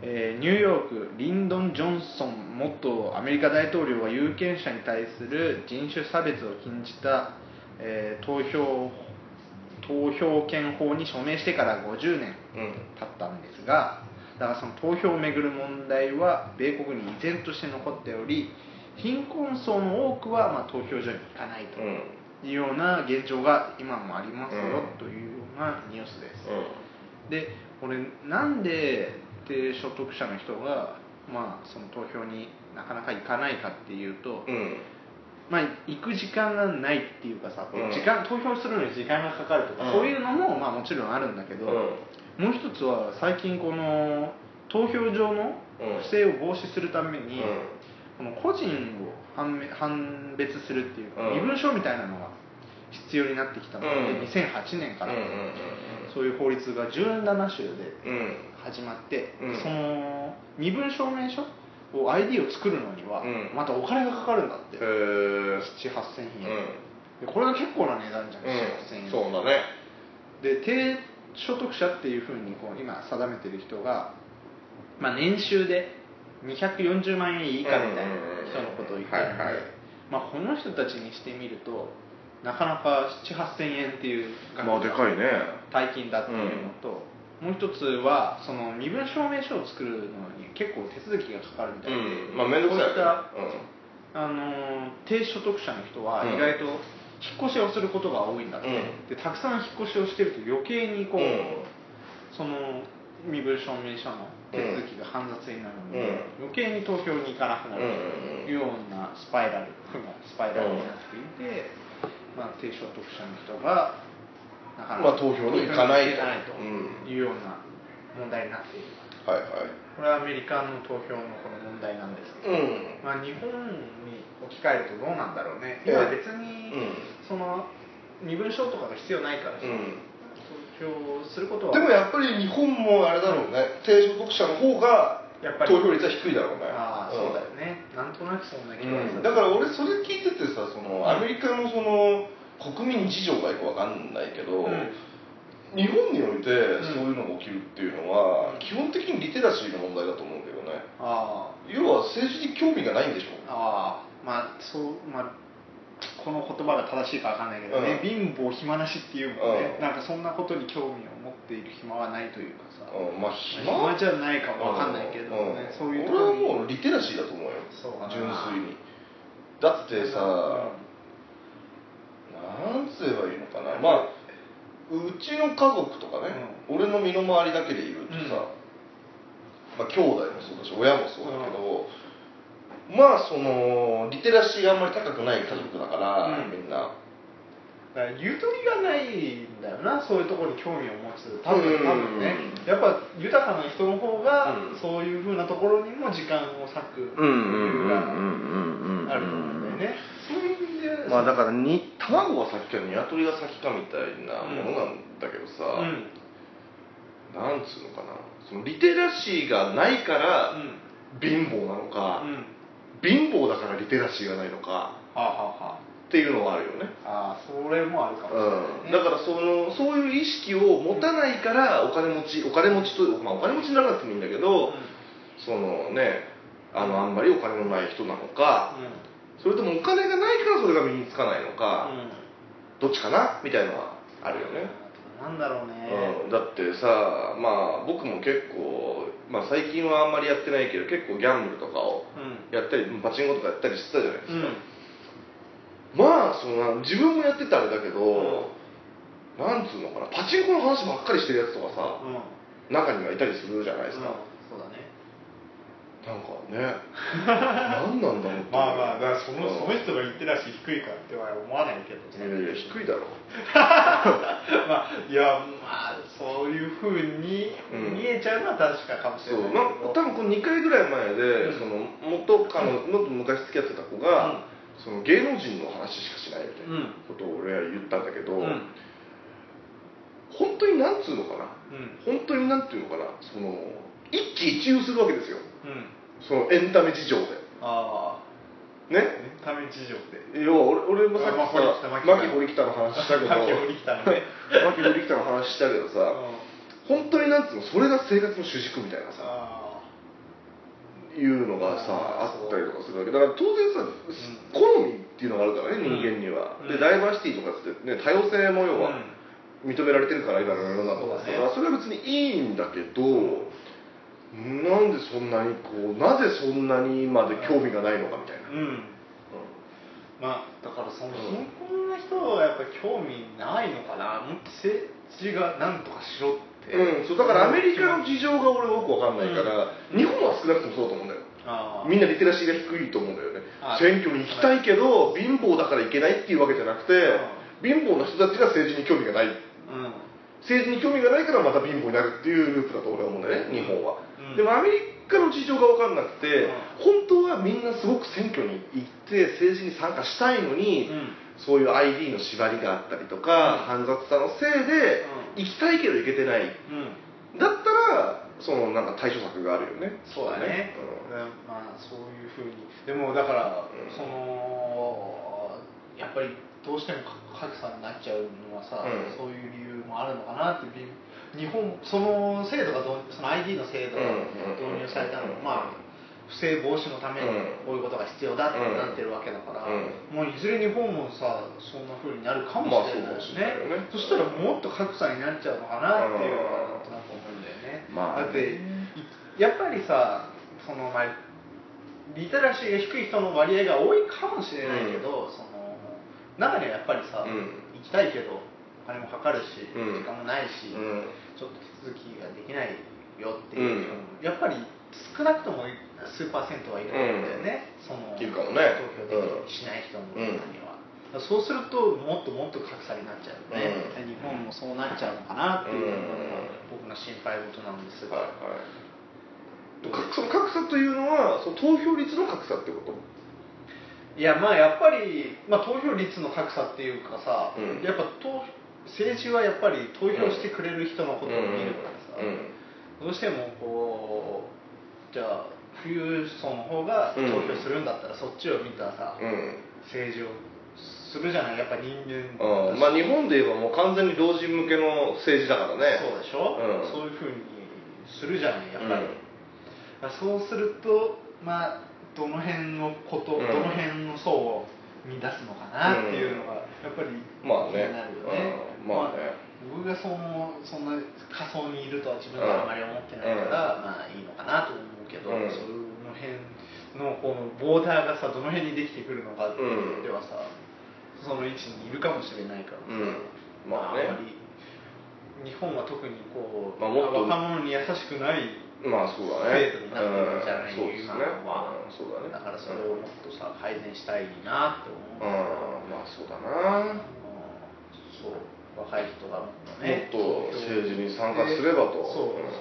Speaker 1: えーニューヨークリンドン・ジョンソン元アメリカ大統領が有権者に対する人種差別を禁じた、えー投票投票権法に署名してから50年
Speaker 2: うん
Speaker 1: 経ったんですがだからその投票をめぐる問題は米国に依然として残っており貧困層の多くはまあ投票所に行かないと
Speaker 2: うんうん
Speaker 1: いうような現状が今もありますよ
Speaker 2: うん
Speaker 1: というようなニュースです。でこれなんで低所得者の人が、まあ、その投票になかなか行かないかっていうと、
Speaker 2: うん
Speaker 1: まあ、行く時間がないっていうかさ、
Speaker 2: うん
Speaker 1: 時間投票するのに時間がかかるとか、
Speaker 2: うん
Speaker 1: そういうのも、まあ、もちろんあるんだけ
Speaker 2: う
Speaker 1: ど、
Speaker 2: んうん
Speaker 1: もう一つは最近この投票上の
Speaker 2: うん
Speaker 1: 不正を防止するために、
Speaker 2: うん
Speaker 1: この個人を判め判別するっていうか、
Speaker 2: うん
Speaker 1: 身分証みたいなのが必要になってきたので、
Speaker 2: うん
Speaker 1: 2008年から、
Speaker 2: うんうん
Speaker 1: そういう法律が17州で
Speaker 2: うんうん
Speaker 1: 始まって、
Speaker 2: うん
Speaker 1: その身分証明書を ID を作るのには、
Speaker 2: うん
Speaker 1: またお金がかかるんだって、
Speaker 2: へ
Speaker 1: 7 8 0 0
Speaker 2: ー
Speaker 1: 0円、
Speaker 2: う
Speaker 1: でこれが結構な値段じゃん、
Speaker 2: ん
Speaker 1: 7 8 0 0 0
Speaker 2: う
Speaker 1: 円
Speaker 2: んそうだね
Speaker 1: で低所得者っていうふうにこう今定めてる人が、まあ、年収で240万円以下みたいな人のことを言ってるんで、
Speaker 2: はいはい
Speaker 1: まあ、この人たちにしてみるとなかなか7 8 0 0 0円っていう額
Speaker 2: まあでかいね
Speaker 1: 大金だっていうのと、もう一つはその身分証明書を作るのに結構手続きがかかるみたいで、
Speaker 2: うんまあ面倒くさい
Speaker 1: こういっ
Speaker 2: よね
Speaker 1: た、
Speaker 2: うん
Speaker 1: あのー低所得者の人は
Speaker 2: うん
Speaker 1: 意外と引っ越しをすることが多いんだって、
Speaker 2: うん
Speaker 1: でたくさん引っ越しをしてると余計にこう、
Speaker 2: うん
Speaker 1: その身分証明書の手続きが煩雑になるので、
Speaker 2: う
Speaker 1: 余計に投票に行かなくなるというようなスパイラルスパイラルになっていて、まあ、低所得者の人がなかなか
Speaker 2: まあ投票に行かないと
Speaker 1: 投票に行と
Speaker 2: うん
Speaker 1: いうような問題になっている
Speaker 2: はいはい
Speaker 1: これはアメリカの投票のこの問題なんですけど、
Speaker 2: うん
Speaker 1: まあ、日本に置き換えるとどうなんだろうね
Speaker 2: い
Speaker 1: 今
Speaker 2: や
Speaker 1: 別に、
Speaker 2: うん
Speaker 1: その身分証とかが必要ないからさ、
Speaker 2: うん
Speaker 1: 投票することは
Speaker 2: でもやっぱり日本もあれだろうね、低所得者の方が
Speaker 1: やっぱり
Speaker 2: 投票率は低いだろうね
Speaker 1: ああ
Speaker 2: ん
Speaker 1: そうだよね、なんとなくそんな気がする、
Speaker 2: うんだから俺それ聞いててさそのアメリカのその国民事情がよくわかんないけ
Speaker 1: う
Speaker 2: ど、
Speaker 1: ん
Speaker 2: 日本にお
Speaker 1: ん
Speaker 2: いてそういうのが起きるっていうのは、基本的にリテラシーの問題だと思うけどね
Speaker 1: あ
Speaker 2: 要は政治に興味がないんでしょ
Speaker 1: あああまあそうまあこの言葉が正しいかわかんないけどね、
Speaker 2: う
Speaker 1: 貧乏暇なしっていうもんね、
Speaker 2: うん
Speaker 1: なんかそんなことに興味を持っている暇はないというかさ、
Speaker 2: うんまあ
Speaker 1: 暇じゃないかもわかんないけどね
Speaker 2: ん
Speaker 1: そういうと
Speaker 2: 俺
Speaker 1: ころに
Speaker 2: はもうリテラシーだと思うよ
Speaker 1: そうかな
Speaker 2: 純粋にだってさ、なんつえばいいのかなまあうちの家族とかね、俺の身の回りだけで言うとさ、まあ兄弟もそうだし親もそうだけど、まあそのリテラシーがあんまり高くない家族だから、
Speaker 1: うん
Speaker 2: みんな
Speaker 1: だからゆとりがないんだよなそういうところに興味を持つ多分
Speaker 2: うん
Speaker 1: 多分ねやっぱ豊かな人の方が、
Speaker 2: うん
Speaker 1: そういうふうなところにも時間を割く
Speaker 2: うんうんうんうんうんうん
Speaker 1: があると思うんだよねそういう意味で
Speaker 2: まあだからに卵が先か鶏が先かみたいなものなんだけどさ、
Speaker 1: うん
Speaker 2: なんつうのかなそのリテラシーがないから
Speaker 1: うん
Speaker 2: 貧乏なのか、
Speaker 1: うん
Speaker 2: 貧乏だからリテラシーがないのか
Speaker 1: はあはあは
Speaker 2: っていうのはあるよね、
Speaker 1: あああそれもあるかもしれ
Speaker 2: うん、
Speaker 1: ない、ね
Speaker 2: だからそのそういう意識を持たないからお金持ちお金持ちという、まあ、お金持ちにならなくてもいいんだけど、そのねあのあんまりお金のない人なのか、それともお金がないからそれが身につかないのか、
Speaker 1: うん
Speaker 2: どっちかなみたいなのはあるよね、
Speaker 4: なんだろうね、
Speaker 2: うん、だってさまあ僕も結構、まあ、最近はあんまりやってないけど結構ギャンブルとかを
Speaker 4: うん
Speaker 2: やったりパチンコとかやったりしてたじゃないです
Speaker 4: う
Speaker 2: か、
Speaker 4: ん
Speaker 2: まあその自分もやってたあれだけど、
Speaker 4: うん
Speaker 2: なんつうのかなパチンコの話ばっかりしてるやつとかさ、
Speaker 4: うん
Speaker 2: 中にはいたりするじゃないですか、
Speaker 4: そうだね
Speaker 2: なんかね何なんだろうっ て
Speaker 1: まあまあだからその
Speaker 2: うん
Speaker 1: その人が言ってたし低いかっては思わないけど
Speaker 2: いやいや低いだろ
Speaker 1: まあいやまあそういうふうに
Speaker 2: うん
Speaker 1: 見えちゃうのは確かかもし
Speaker 2: そ
Speaker 1: れな
Speaker 2: う
Speaker 1: い
Speaker 2: な
Speaker 1: けど、
Speaker 2: 多分この2回ぐらい前で、
Speaker 1: うん
Speaker 2: その元カノもっと昔付き合ってた子が、その芸能人の話しかしないみたいなことを俺は言ったんだけど、
Speaker 4: うん
Speaker 2: 本当になんつうのか
Speaker 4: う
Speaker 2: な
Speaker 4: ん
Speaker 2: 本当になんていうのかなその一喜一憂するわけですよ
Speaker 4: うん
Speaker 2: そのエンタメ事情で
Speaker 4: あ
Speaker 2: ね
Speaker 4: あエンタメ事情で
Speaker 2: 要は俺俺もさっきさ
Speaker 1: まあ
Speaker 2: 牧
Speaker 1: 牧
Speaker 2: 堀北の話したけど
Speaker 1: さっき降りてきたのね
Speaker 2: 牧堀北の話したけど
Speaker 4: う
Speaker 2: さ
Speaker 4: ん
Speaker 2: 本当になんつうのそれが生活の主軸みたいなさ
Speaker 4: あ
Speaker 2: いうのがさ
Speaker 4: あ
Speaker 2: あ
Speaker 4: ー
Speaker 2: ったりとかするわけだから当然さ、好みっていうのがあるからね人間には、
Speaker 4: うん
Speaker 2: でダイバーシティとかって、ね、多様性も
Speaker 4: あ
Speaker 2: 要
Speaker 4: う
Speaker 2: は
Speaker 4: ん
Speaker 2: 認められてるから今の世の中は
Speaker 4: そう
Speaker 2: さ
Speaker 4: だね
Speaker 2: だからそれは別にいいんだけど、なんでそんなにこうなぜそんなにまで興味がないのかみたいな、
Speaker 1: うん
Speaker 2: う
Speaker 1: まあだからその貧困な人はやっぱ興味ないのかなもっと政治がなんとかしろって
Speaker 2: んそうだからアメリカの事情が俺よくわかんないから、日本は少なくともそうだと思うんだよ
Speaker 1: ああ
Speaker 2: みんなリテラシーが低いと思うんだよね
Speaker 1: あ
Speaker 2: 選挙に行きたいけど貧乏だから行けないっていうわけじゃなくて貧乏な人たちが政治に興味がない
Speaker 1: うん
Speaker 2: 政治に興味がないからまた貧乏になるっていうループだと俺は思うんだよね日本は、
Speaker 1: うん
Speaker 2: でもアメリカの事情が分かんなくて、本当はみんなすごく選挙に行って政治に参加したいのに、
Speaker 1: うん
Speaker 2: そういう ID の縛りがあったりとか、煩雑さのせいで、
Speaker 1: う
Speaker 2: 行きたいけど行けてないだっ
Speaker 1: うん
Speaker 2: たらそのなんか対処策があるよね
Speaker 1: そうだね、うんまあそういうふうにでもだから、
Speaker 2: うん
Speaker 1: そのやっぱりどうしても格格差になっちゃうのはさ、
Speaker 2: うん
Speaker 1: そういう理由もあるのかなってび日本その制度がどうその ID の制度が
Speaker 2: うん
Speaker 1: 導入されたのも、
Speaker 2: うん
Speaker 1: まあ不正防止のためにこうい
Speaker 2: うん
Speaker 1: うことが必要だって
Speaker 2: うん
Speaker 1: なってるわけだから、
Speaker 2: う
Speaker 1: もういずれ日本もさそんなふうになるかもしれないし
Speaker 2: まあ
Speaker 1: ね,、
Speaker 2: そうかもしれないよね
Speaker 1: そしたらもっと格差になっちゃうのかなっていうのはなんとなく思うんだよね、
Speaker 2: まあ
Speaker 1: だってやっぱりさそのまあリテラシーが低い人の割合が多いかもしれないけど、その中にはやっぱりさ、
Speaker 2: うん
Speaker 1: 行きたいけどお金もかかるし、
Speaker 2: うん
Speaker 1: 時間もないし、
Speaker 2: うん
Speaker 1: ちょっと手続きができないよっていう人も、
Speaker 2: う
Speaker 1: やっぱり少なくとも数パーセントはいるんだよね、その
Speaker 2: いるかもね
Speaker 1: 投票できしない人の中には、だからそうするともっともっと格差になっちゃうよね、
Speaker 2: うん
Speaker 1: 日本もそうなっちゃうのかなっていうのが
Speaker 2: う
Speaker 1: 僕の心配事なんです
Speaker 2: はい
Speaker 1: が、
Speaker 2: はいかその格差というのはその投票率の格差ってこと
Speaker 1: いやまあやっぱり、まあ、投票率の格差っていうかさ、
Speaker 2: うん
Speaker 1: やっぱ投政治はやっぱり投票してくれる人のことを見るからさ、
Speaker 2: うん
Speaker 1: どうしてもこうじゃあ富裕層の方が投票するんだったら、そっちを見たさ、
Speaker 2: うん
Speaker 1: 政治をするじゃないやっぱ人間
Speaker 2: うん
Speaker 1: だし
Speaker 2: まあ、日本で言えばもう完全に老人向けの政治だからね
Speaker 1: そうでしょ、
Speaker 2: うん
Speaker 1: そういうふうにするじゃないやっぱり、
Speaker 2: うん
Speaker 1: まあそうするとまあどの辺のこと、
Speaker 2: うん
Speaker 1: どの辺の層を見出すのかなっていうのがやっぱり
Speaker 2: まあ
Speaker 1: 気
Speaker 2: ね
Speaker 1: になるよね,、
Speaker 2: うんまあね
Speaker 1: 僕がそのそんな仮想にいるとは自分はあまり思ってないから、まあいいのかなと思うけど、
Speaker 2: うん
Speaker 1: その辺のこのボーダーがさどの辺にできてくるのかっていうのではさ、その位置にいるかもしれないからさ、
Speaker 2: うんまあね
Speaker 1: んまり日本は特にこう、
Speaker 2: まあもっと
Speaker 1: 若者に優しくない
Speaker 2: まあそうだね
Speaker 1: 制度になってるじゃない、
Speaker 2: うんそうですね
Speaker 1: 今は、
Speaker 2: うんそうだね
Speaker 1: からそれをもっとさ改善したいなって
Speaker 2: うん
Speaker 1: 思う、
Speaker 2: まあそうだな
Speaker 1: そう若い人がもっとね
Speaker 2: もっと政治に参加すればと
Speaker 1: そう
Speaker 2: うん
Speaker 1: そ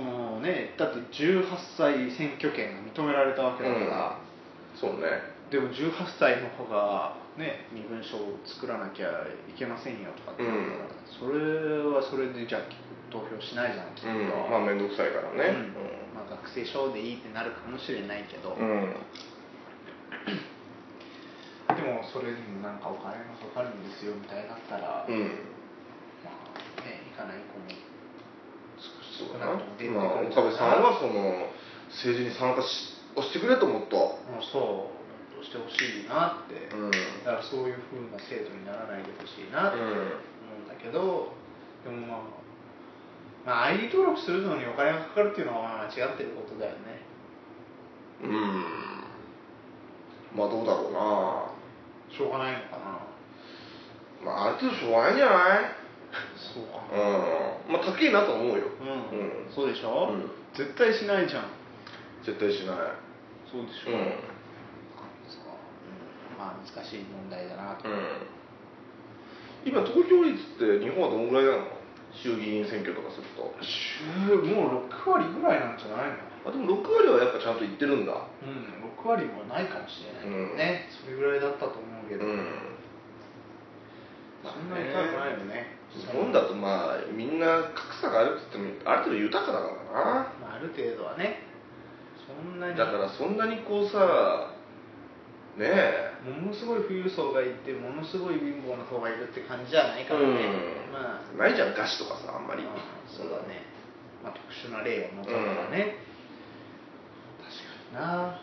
Speaker 1: うそのねだって18歳選挙権が認められたわけだから、
Speaker 2: そうね
Speaker 1: でも18歳の子がね身分証を作らなきゃいけませんよとかってなったら、それはそれでじゃあ投票しないじゃんきっと、
Speaker 2: うんまあ面倒くさいから
Speaker 1: う
Speaker 2: ね
Speaker 1: んまあ、学生証でいいってなるかもしれないけど、
Speaker 2: うん、うん
Speaker 1: でもそれにもなんかお金がかかるんですよみたいになったら、
Speaker 2: うん
Speaker 1: まあね行かない子も
Speaker 2: そう
Speaker 1: 少
Speaker 2: だ
Speaker 1: な
Speaker 2: な
Speaker 1: くとも出てくる
Speaker 2: まあ岡部さんはその政治に参加しをしてくれと思った
Speaker 1: もうそうしてほしいなって、
Speaker 2: うん
Speaker 1: だからそういう風な制度にならないでほしいなって
Speaker 2: う
Speaker 1: 思うんだ
Speaker 2: ん
Speaker 1: けど、でもまあまあ ID 登録するのにお金がかかるっていうのは間違ってることだよね
Speaker 2: うんまあどうだろうな
Speaker 1: しょうがないのかな
Speaker 2: まあある程度しょうがないんじゃない
Speaker 1: そうか
Speaker 2: うんまあ高いなとは思うよ
Speaker 1: うん、
Speaker 2: うん
Speaker 1: そうでしょ、
Speaker 2: うん
Speaker 5: 絶対しないじゃん
Speaker 2: 絶対しない
Speaker 5: そうでし
Speaker 2: う
Speaker 5: ょ、
Speaker 2: ん
Speaker 1: そうまあ難しい問題だなと、
Speaker 2: うん今投票率って日本はどのぐらいなの衆議院選挙とかすると
Speaker 1: 週もう6割ぐらいなんじゃないの
Speaker 2: あでも6割はやっぱちゃんと言ってるんだ
Speaker 1: うん、6割もないかもしれないけど
Speaker 2: うん
Speaker 1: ね、それぐらいだったと思う
Speaker 2: う
Speaker 1: けど、
Speaker 2: ん
Speaker 1: そんなに高くないよね、
Speaker 2: 日本だとまあみんな格差があるって言ってもある程度豊かだからな
Speaker 1: まあ、ある程度はねそんなに
Speaker 2: だからそんなにこうさねえ
Speaker 1: ものすごい富裕層がいてものすごい貧乏な層がいるって感じじゃないからね、
Speaker 2: うん
Speaker 1: まあ
Speaker 2: ないじゃん餓死とかさあんまり
Speaker 1: まあそうだね、まあ、特殊な例を除けばね、確かにな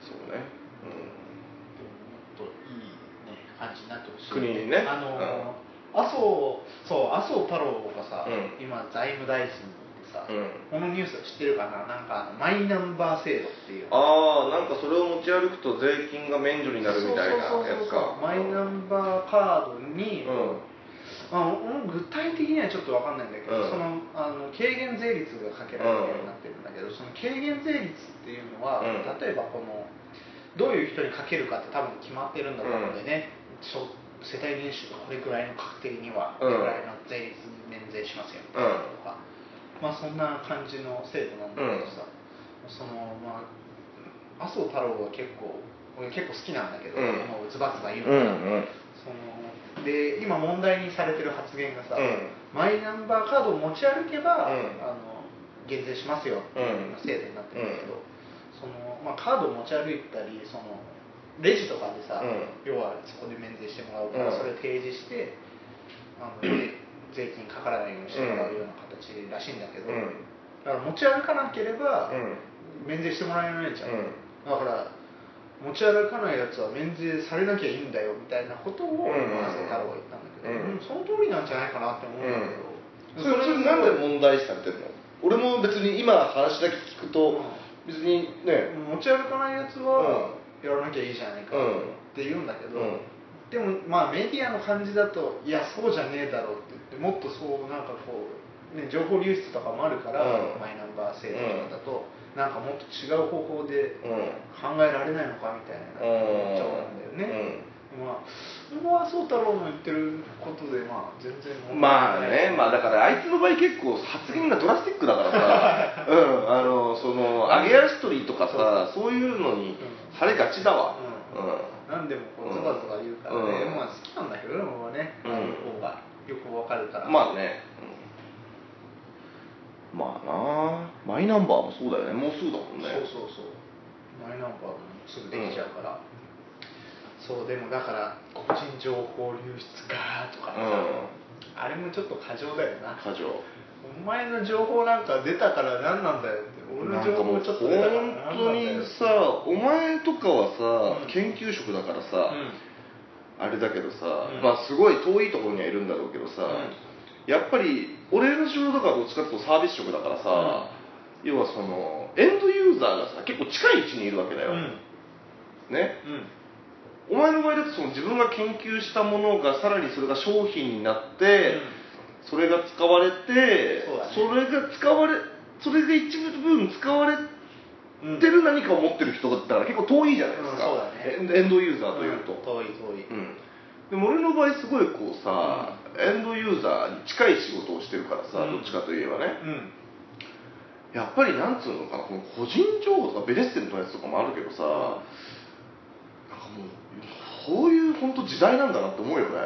Speaker 2: そうね
Speaker 1: でももっといい、ね、感じになってほしい、
Speaker 2: 国にね
Speaker 1: あのー麻生そう麻生太郎がさ、
Speaker 2: うん
Speaker 1: 今財務大臣でさ、
Speaker 2: う
Speaker 1: こ
Speaker 2: ん
Speaker 1: のニュース知ってるかななんかあのマイナンバー制度っていう
Speaker 2: ああなんかそれを持ち歩くと税金が免除になるみたいな
Speaker 1: そうそう
Speaker 2: や
Speaker 1: そう
Speaker 2: つ
Speaker 1: そう
Speaker 2: か
Speaker 1: マイナンバーカードに、
Speaker 2: うん
Speaker 1: まあ、お具体的にはちょっと分かんないんだけど、
Speaker 2: うん
Speaker 1: そのあの軽減税率がかけられるようになってるんだけど、その軽減税率っていうのは、
Speaker 2: うん
Speaker 1: 例えばこのどういう人にかけるかって多分決まってるんだと思うんでね、しょ世帯年収がこれぐらいの確定にはこ
Speaker 2: うん
Speaker 1: れぐらいの税率に免税しますよとか、まあ、そんな感じの制度なんだけどさ、そのまあ、麻生太郎は結構俺結構好きなんだけど、
Speaker 2: うん
Speaker 1: このズバズバ言う
Speaker 2: う
Speaker 1: のが。
Speaker 2: んうん
Speaker 1: そので今問題にされてる発言がさ、
Speaker 2: うん
Speaker 1: マイナンバーカードを持ち歩けば、
Speaker 2: うん
Speaker 1: あの減税しますよっていうような制度になってるんだけど、
Speaker 2: うん
Speaker 1: そのまあ、カードを持ち歩いたりそのレジとかでさ、
Speaker 2: う
Speaker 1: 要はそこで免税してもらうから、
Speaker 2: うん
Speaker 1: それを提示してあの税税金かからないようにしてもらうような形らしいんだけど、
Speaker 2: うん
Speaker 1: だから持ち歩かなければ、
Speaker 2: うん
Speaker 1: 免税してもらえないじゃん、
Speaker 2: うん
Speaker 1: だから持ち歩かないやつは免税されなきゃいいんだよみたいなことを
Speaker 2: うん
Speaker 1: 麻生太郎は言ったんだけど、
Speaker 2: うん
Speaker 1: うんその通りなんじゃないかなって思うんだ
Speaker 2: そ
Speaker 1: けど、
Speaker 2: れそれなんで問題視されてるの俺も別に今話だけ聞くと別にね
Speaker 1: 持ち歩かないやつはやらなきゃいいじゃないか
Speaker 2: う
Speaker 1: っ
Speaker 2: ん
Speaker 1: て言うんだけど、
Speaker 2: うん
Speaker 1: でもまあメディアの感じだといやそうじゃねえだろうって言ってもっとそうなんかこう、ね、情報流出とかもあるから、
Speaker 2: うん
Speaker 1: マイナンバー制度とかだと、なんかもっと違う方法で
Speaker 2: う
Speaker 1: 考えられないのかみたいな思っちゃうんだよね、まあ僕はそう太郎の言ってることでまあ全然
Speaker 2: ん
Speaker 1: 問
Speaker 2: まあ
Speaker 1: 題ない
Speaker 2: ねまあだからあいつの場合結構発言がドラスティックだから さうんあのそのアゲアストリーとかさそういうの
Speaker 1: う
Speaker 2: に
Speaker 1: ん
Speaker 2: されがちだわ
Speaker 1: う何でもこうズバズバ言うからね、
Speaker 2: うん
Speaker 1: まあ好きなんだけどね僕はね、
Speaker 2: うん
Speaker 1: あの方がよくわかるから、
Speaker 2: まあね、うんまあなあマイナンバーもそうだよねもうすぐだもんね
Speaker 1: そうそうそうマイナンバーもすぐできちゃうから、そうでもだから個人情報流出かとかさ、あれもちょっと過剰だよな
Speaker 2: 過剰
Speaker 1: お前の情報なんか出たから何なんだよって俺
Speaker 2: な
Speaker 1: の
Speaker 2: んか
Speaker 1: 情
Speaker 2: もう
Speaker 1: 報ちょっと出たから何なん
Speaker 2: 本
Speaker 1: だ
Speaker 2: 当
Speaker 1: よ
Speaker 2: にさお前とかは
Speaker 1: う
Speaker 2: さ、
Speaker 1: ん
Speaker 2: 研究職だからさ、あれだけどさ、
Speaker 1: うん
Speaker 2: まあすごい遠いところにはいるんだろうけどさ、
Speaker 1: う
Speaker 2: やっぱり俺の仕事だからどっちかっていうとサービス職だからさ、要はそのエンドユーザーがさ結構近い位置にいるわけだよ、ね
Speaker 1: うん、うん
Speaker 2: お前の場合だとその自分が研究したものがさらにそれが商品になって、それが使われて
Speaker 1: そうだね
Speaker 2: れが使われそれが一部分使われ
Speaker 1: うん
Speaker 2: ってる何かを持ってる人だったら結構遠いじゃないですか、
Speaker 1: うんそうだね
Speaker 2: エンエンドユーザーというと、
Speaker 1: 遠い遠い、
Speaker 2: うんでも俺の場合すごいこうさ、エンドユーザーに近い仕事をしてるからさ、
Speaker 1: うん
Speaker 2: どっちかといえばね
Speaker 1: うん
Speaker 2: やっぱりなんつうのかなこの個人情報とかベレッセンのやつとかもあるけどさ、なんかもうこういう本当時代なんだなって思うよね、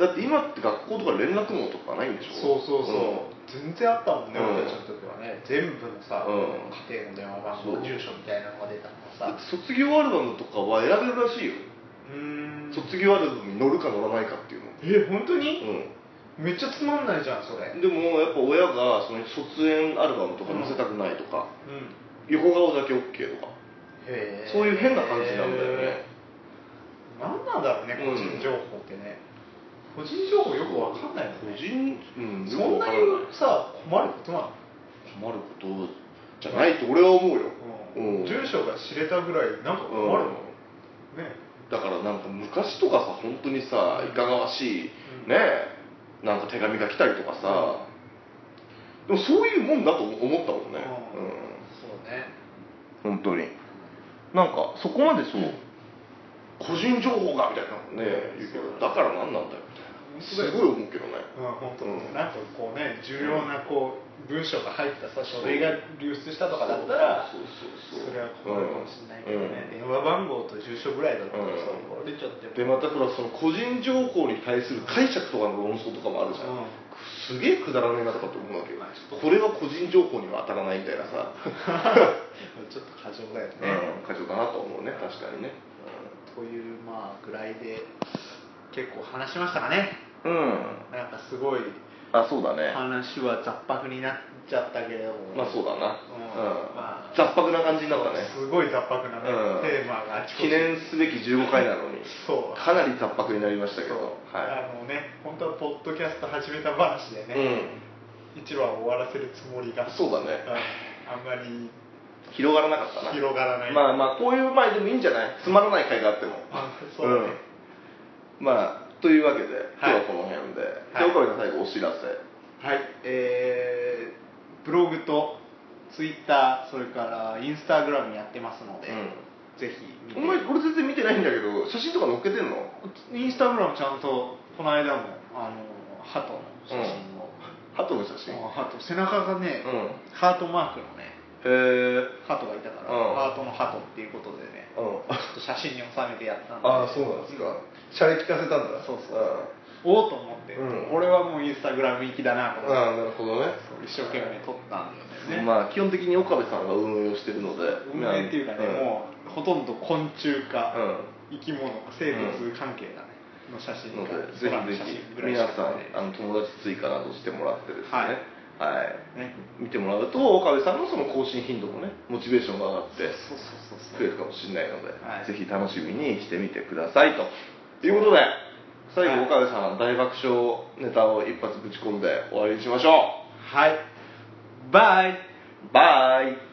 Speaker 2: だって今って学校とか連絡網とかないんでしょ
Speaker 1: そうそうそう、全然あったもんね、
Speaker 2: うん
Speaker 1: 俺たちの時はね全部のさ、
Speaker 2: うん
Speaker 1: 家庭の電話番
Speaker 2: そ
Speaker 1: 号
Speaker 2: う
Speaker 1: 住所みたいなのが出たのが
Speaker 2: だっ
Speaker 1: さ
Speaker 2: て卒業アルバムとかは選べるらしいよ、
Speaker 1: うーん
Speaker 2: 卒業アルバムに乗るか乗らないかっていうの
Speaker 1: え本当に、
Speaker 2: うん
Speaker 1: めっちゃつまんないじゃんそれうん
Speaker 2: でもやっぱ親がその卒園アルバムとか載せたくないとか、
Speaker 1: へ
Speaker 2: 横顔だけ OK とか
Speaker 1: へー
Speaker 2: そういう変な感じなんだよね
Speaker 1: 何なんだろうね個人情報ってね、個人情報よくわかんないよ
Speaker 2: 個
Speaker 1: ね
Speaker 2: 人、うん、よ
Speaker 1: そ
Speaker 2: く
Speaker 1: んな
Speaker 2: わから
Speaker 1: に
Speaker 2: ない
Speaker 1: さ困ることなの
Speaker 2: 困ることじゃないと俺は思うよ、うん
Speaker 1: 住所が知れたぐらいなんか困るの、
Speaker 2: うん
Speaker 1: ね
Speaker 2: だからなんか昔とかさ本当にさいかがわしい、
Speaker 1: うん
Speaker 2: ねえなんか手紙が来たりとかさ、でもそういうもんだと思ったもんね、
Speaker 1: う
Speaker 2: うんん
Speaker 1: そうね
Speaker 2: 本当になんかそこまでそう個人情報がみたいなねえ言うけどだから何なんだよみたいなすごい思うけどね
Speaker 1: うん本当、
Speaker 2: うん
Speaker 1: なんかこうね重要なこう文章が入ったさ書類が流出したとかだったら
Speaker 2: そうそうそう
Speaker 1: そ
Speaker 2: そう
Speaker 1: れは困るかもしれないけどね、電話番号と住所ぐらいだったらさ、
Speaker 2: うん
Speaker 1: れちゃって
Speaker 2: でまたほらその個人情報に対する解釈とかの論争とかもあるじゃ
Speaker 1: うん
Speaker 2: ん、すげえくだらねえなとかと思うわけよ
Speaker 1: まあちょっと
Speaker 2: これは個人情報には当たらないみたいな さ、
Speaker 1: ちょっと過剰だよね、
Speaker 2: うん、課長かなと思うね確かにね
Speaker 1: というまあぐらいで結構話しましたかね
Speaker 2: うん、
Speaker 1: なんかすごい
Speaker 2: あそうだね
Speaker 1: 話は雑白になっちゃったけれども
Speaker 2: まあそうだな、
Speaker 1: うん
Speaker 2: うん
Speaker 1: まあ
Speaker 2: 雑白な感じになったね
Speaker 1: すごい雑白なね、
Speaker 2: うん
Speaker 1: テーマがあちこち
Speaker 2: 記念すべき15回なのに
Speaker 1: そう
Speaker 2: かなり雑白になりましたけ
Speaker 1: そう
Speaker 2: どは
Speaker 1: あのね本当はポッドキャスト始めた話で
Speaker 2: い、
Speaker 1: ね、一話を終わらせるつもりが
Speaker 2: そうだね
Speaker 1: うんあんまり
Speaker 2: うん、広がらなかったな
Speaker 1: 広がらない
Speaker 2: まあまあこういう前でもいいんじゃないつまらない回があっても
Speaker 1: あそうだね
Speaker 2: うん、まあというわけで今日はこの辺で、
Speaker 1: はい
Speaker 2: で岡部さん最後お知らせ
Speaker 1: はいえーブログとツイッターそれからインスタグラムやってますので、
Speaker 2: うん
Speaker 1: ぜひ見て
Speaker 2: お前これ全然見てないんだけど写真とか載っけてんの
Speaker 1: インスタグラムちゃんとこの間もあのハトの写真を、
Speaker 2: 鳩の写真
Speaker 1: あハト背中がね、
Speaker 2: うん
Speaker 1: ハートマークのね
Speaker 2: へえ
Speaker 1: ハトがいたから、
Speaker 2: うん
Speaker 1: ハートのハトっていうことでね、
Speaker 2: うん
Speaker 1: ちょっと写真に収めてやったんで
Speaker 2: ああそうなんですかシャレ聞かせたんだ
Speaker 1: そうそう
Speaker 2: あ
Speaker 1: おおと思って、
Speaker 2: うん
Speaker 1: 俺はもうインスタグラム行きだなと
Speaker 2: あ
Speaker 1: 思って、
Speaker 2: なるほどね
Speaker 1: 一生懸命撮ったんですよね、
Speaker 2: まあ基本的に岡部さんが運用してるので
Speaker 1: 運営っていうかね、
Speaker 2: ん
Speaker 1: もうほとんど昆虫か、
Speaker 2: う
Speaker 1: 生き物生物関係だね、の写真
Speaker 2: の
Speaker 1: が
Speaker 2: でぜ
Speaker 1: 空の
Speaker 2: ひぜ
Speaker 1: 写真
Speaker 2: ひ
Speaker 1: ぐらいし
Speaker 2: 皆
Speaker 1: か
Speaker 2: さ
Speaker 1: 撮れ
Speaker 2: んあの友達追加などしてもらってですね
Speaker 1: はい
Speaker 2: はい、
Speaker 1: ないね
Speaker 2: 見てもらうと岡部さんのその更新頻度もねモチベーションが上がって
Speaker 1: そうそうそうそう
Speaker 2: 増えるかもしれないので、
Speaker 1: はい
Speaker 2: ぜひ楽しみにしてみてくださいとということで最
Speaker 1: はい
Speaker 2: 後岡部さん大爆笑ネタを一発ぶち込んで終わりにしましょ
Speaker 1: はいバイ
Speaker 2: うバイ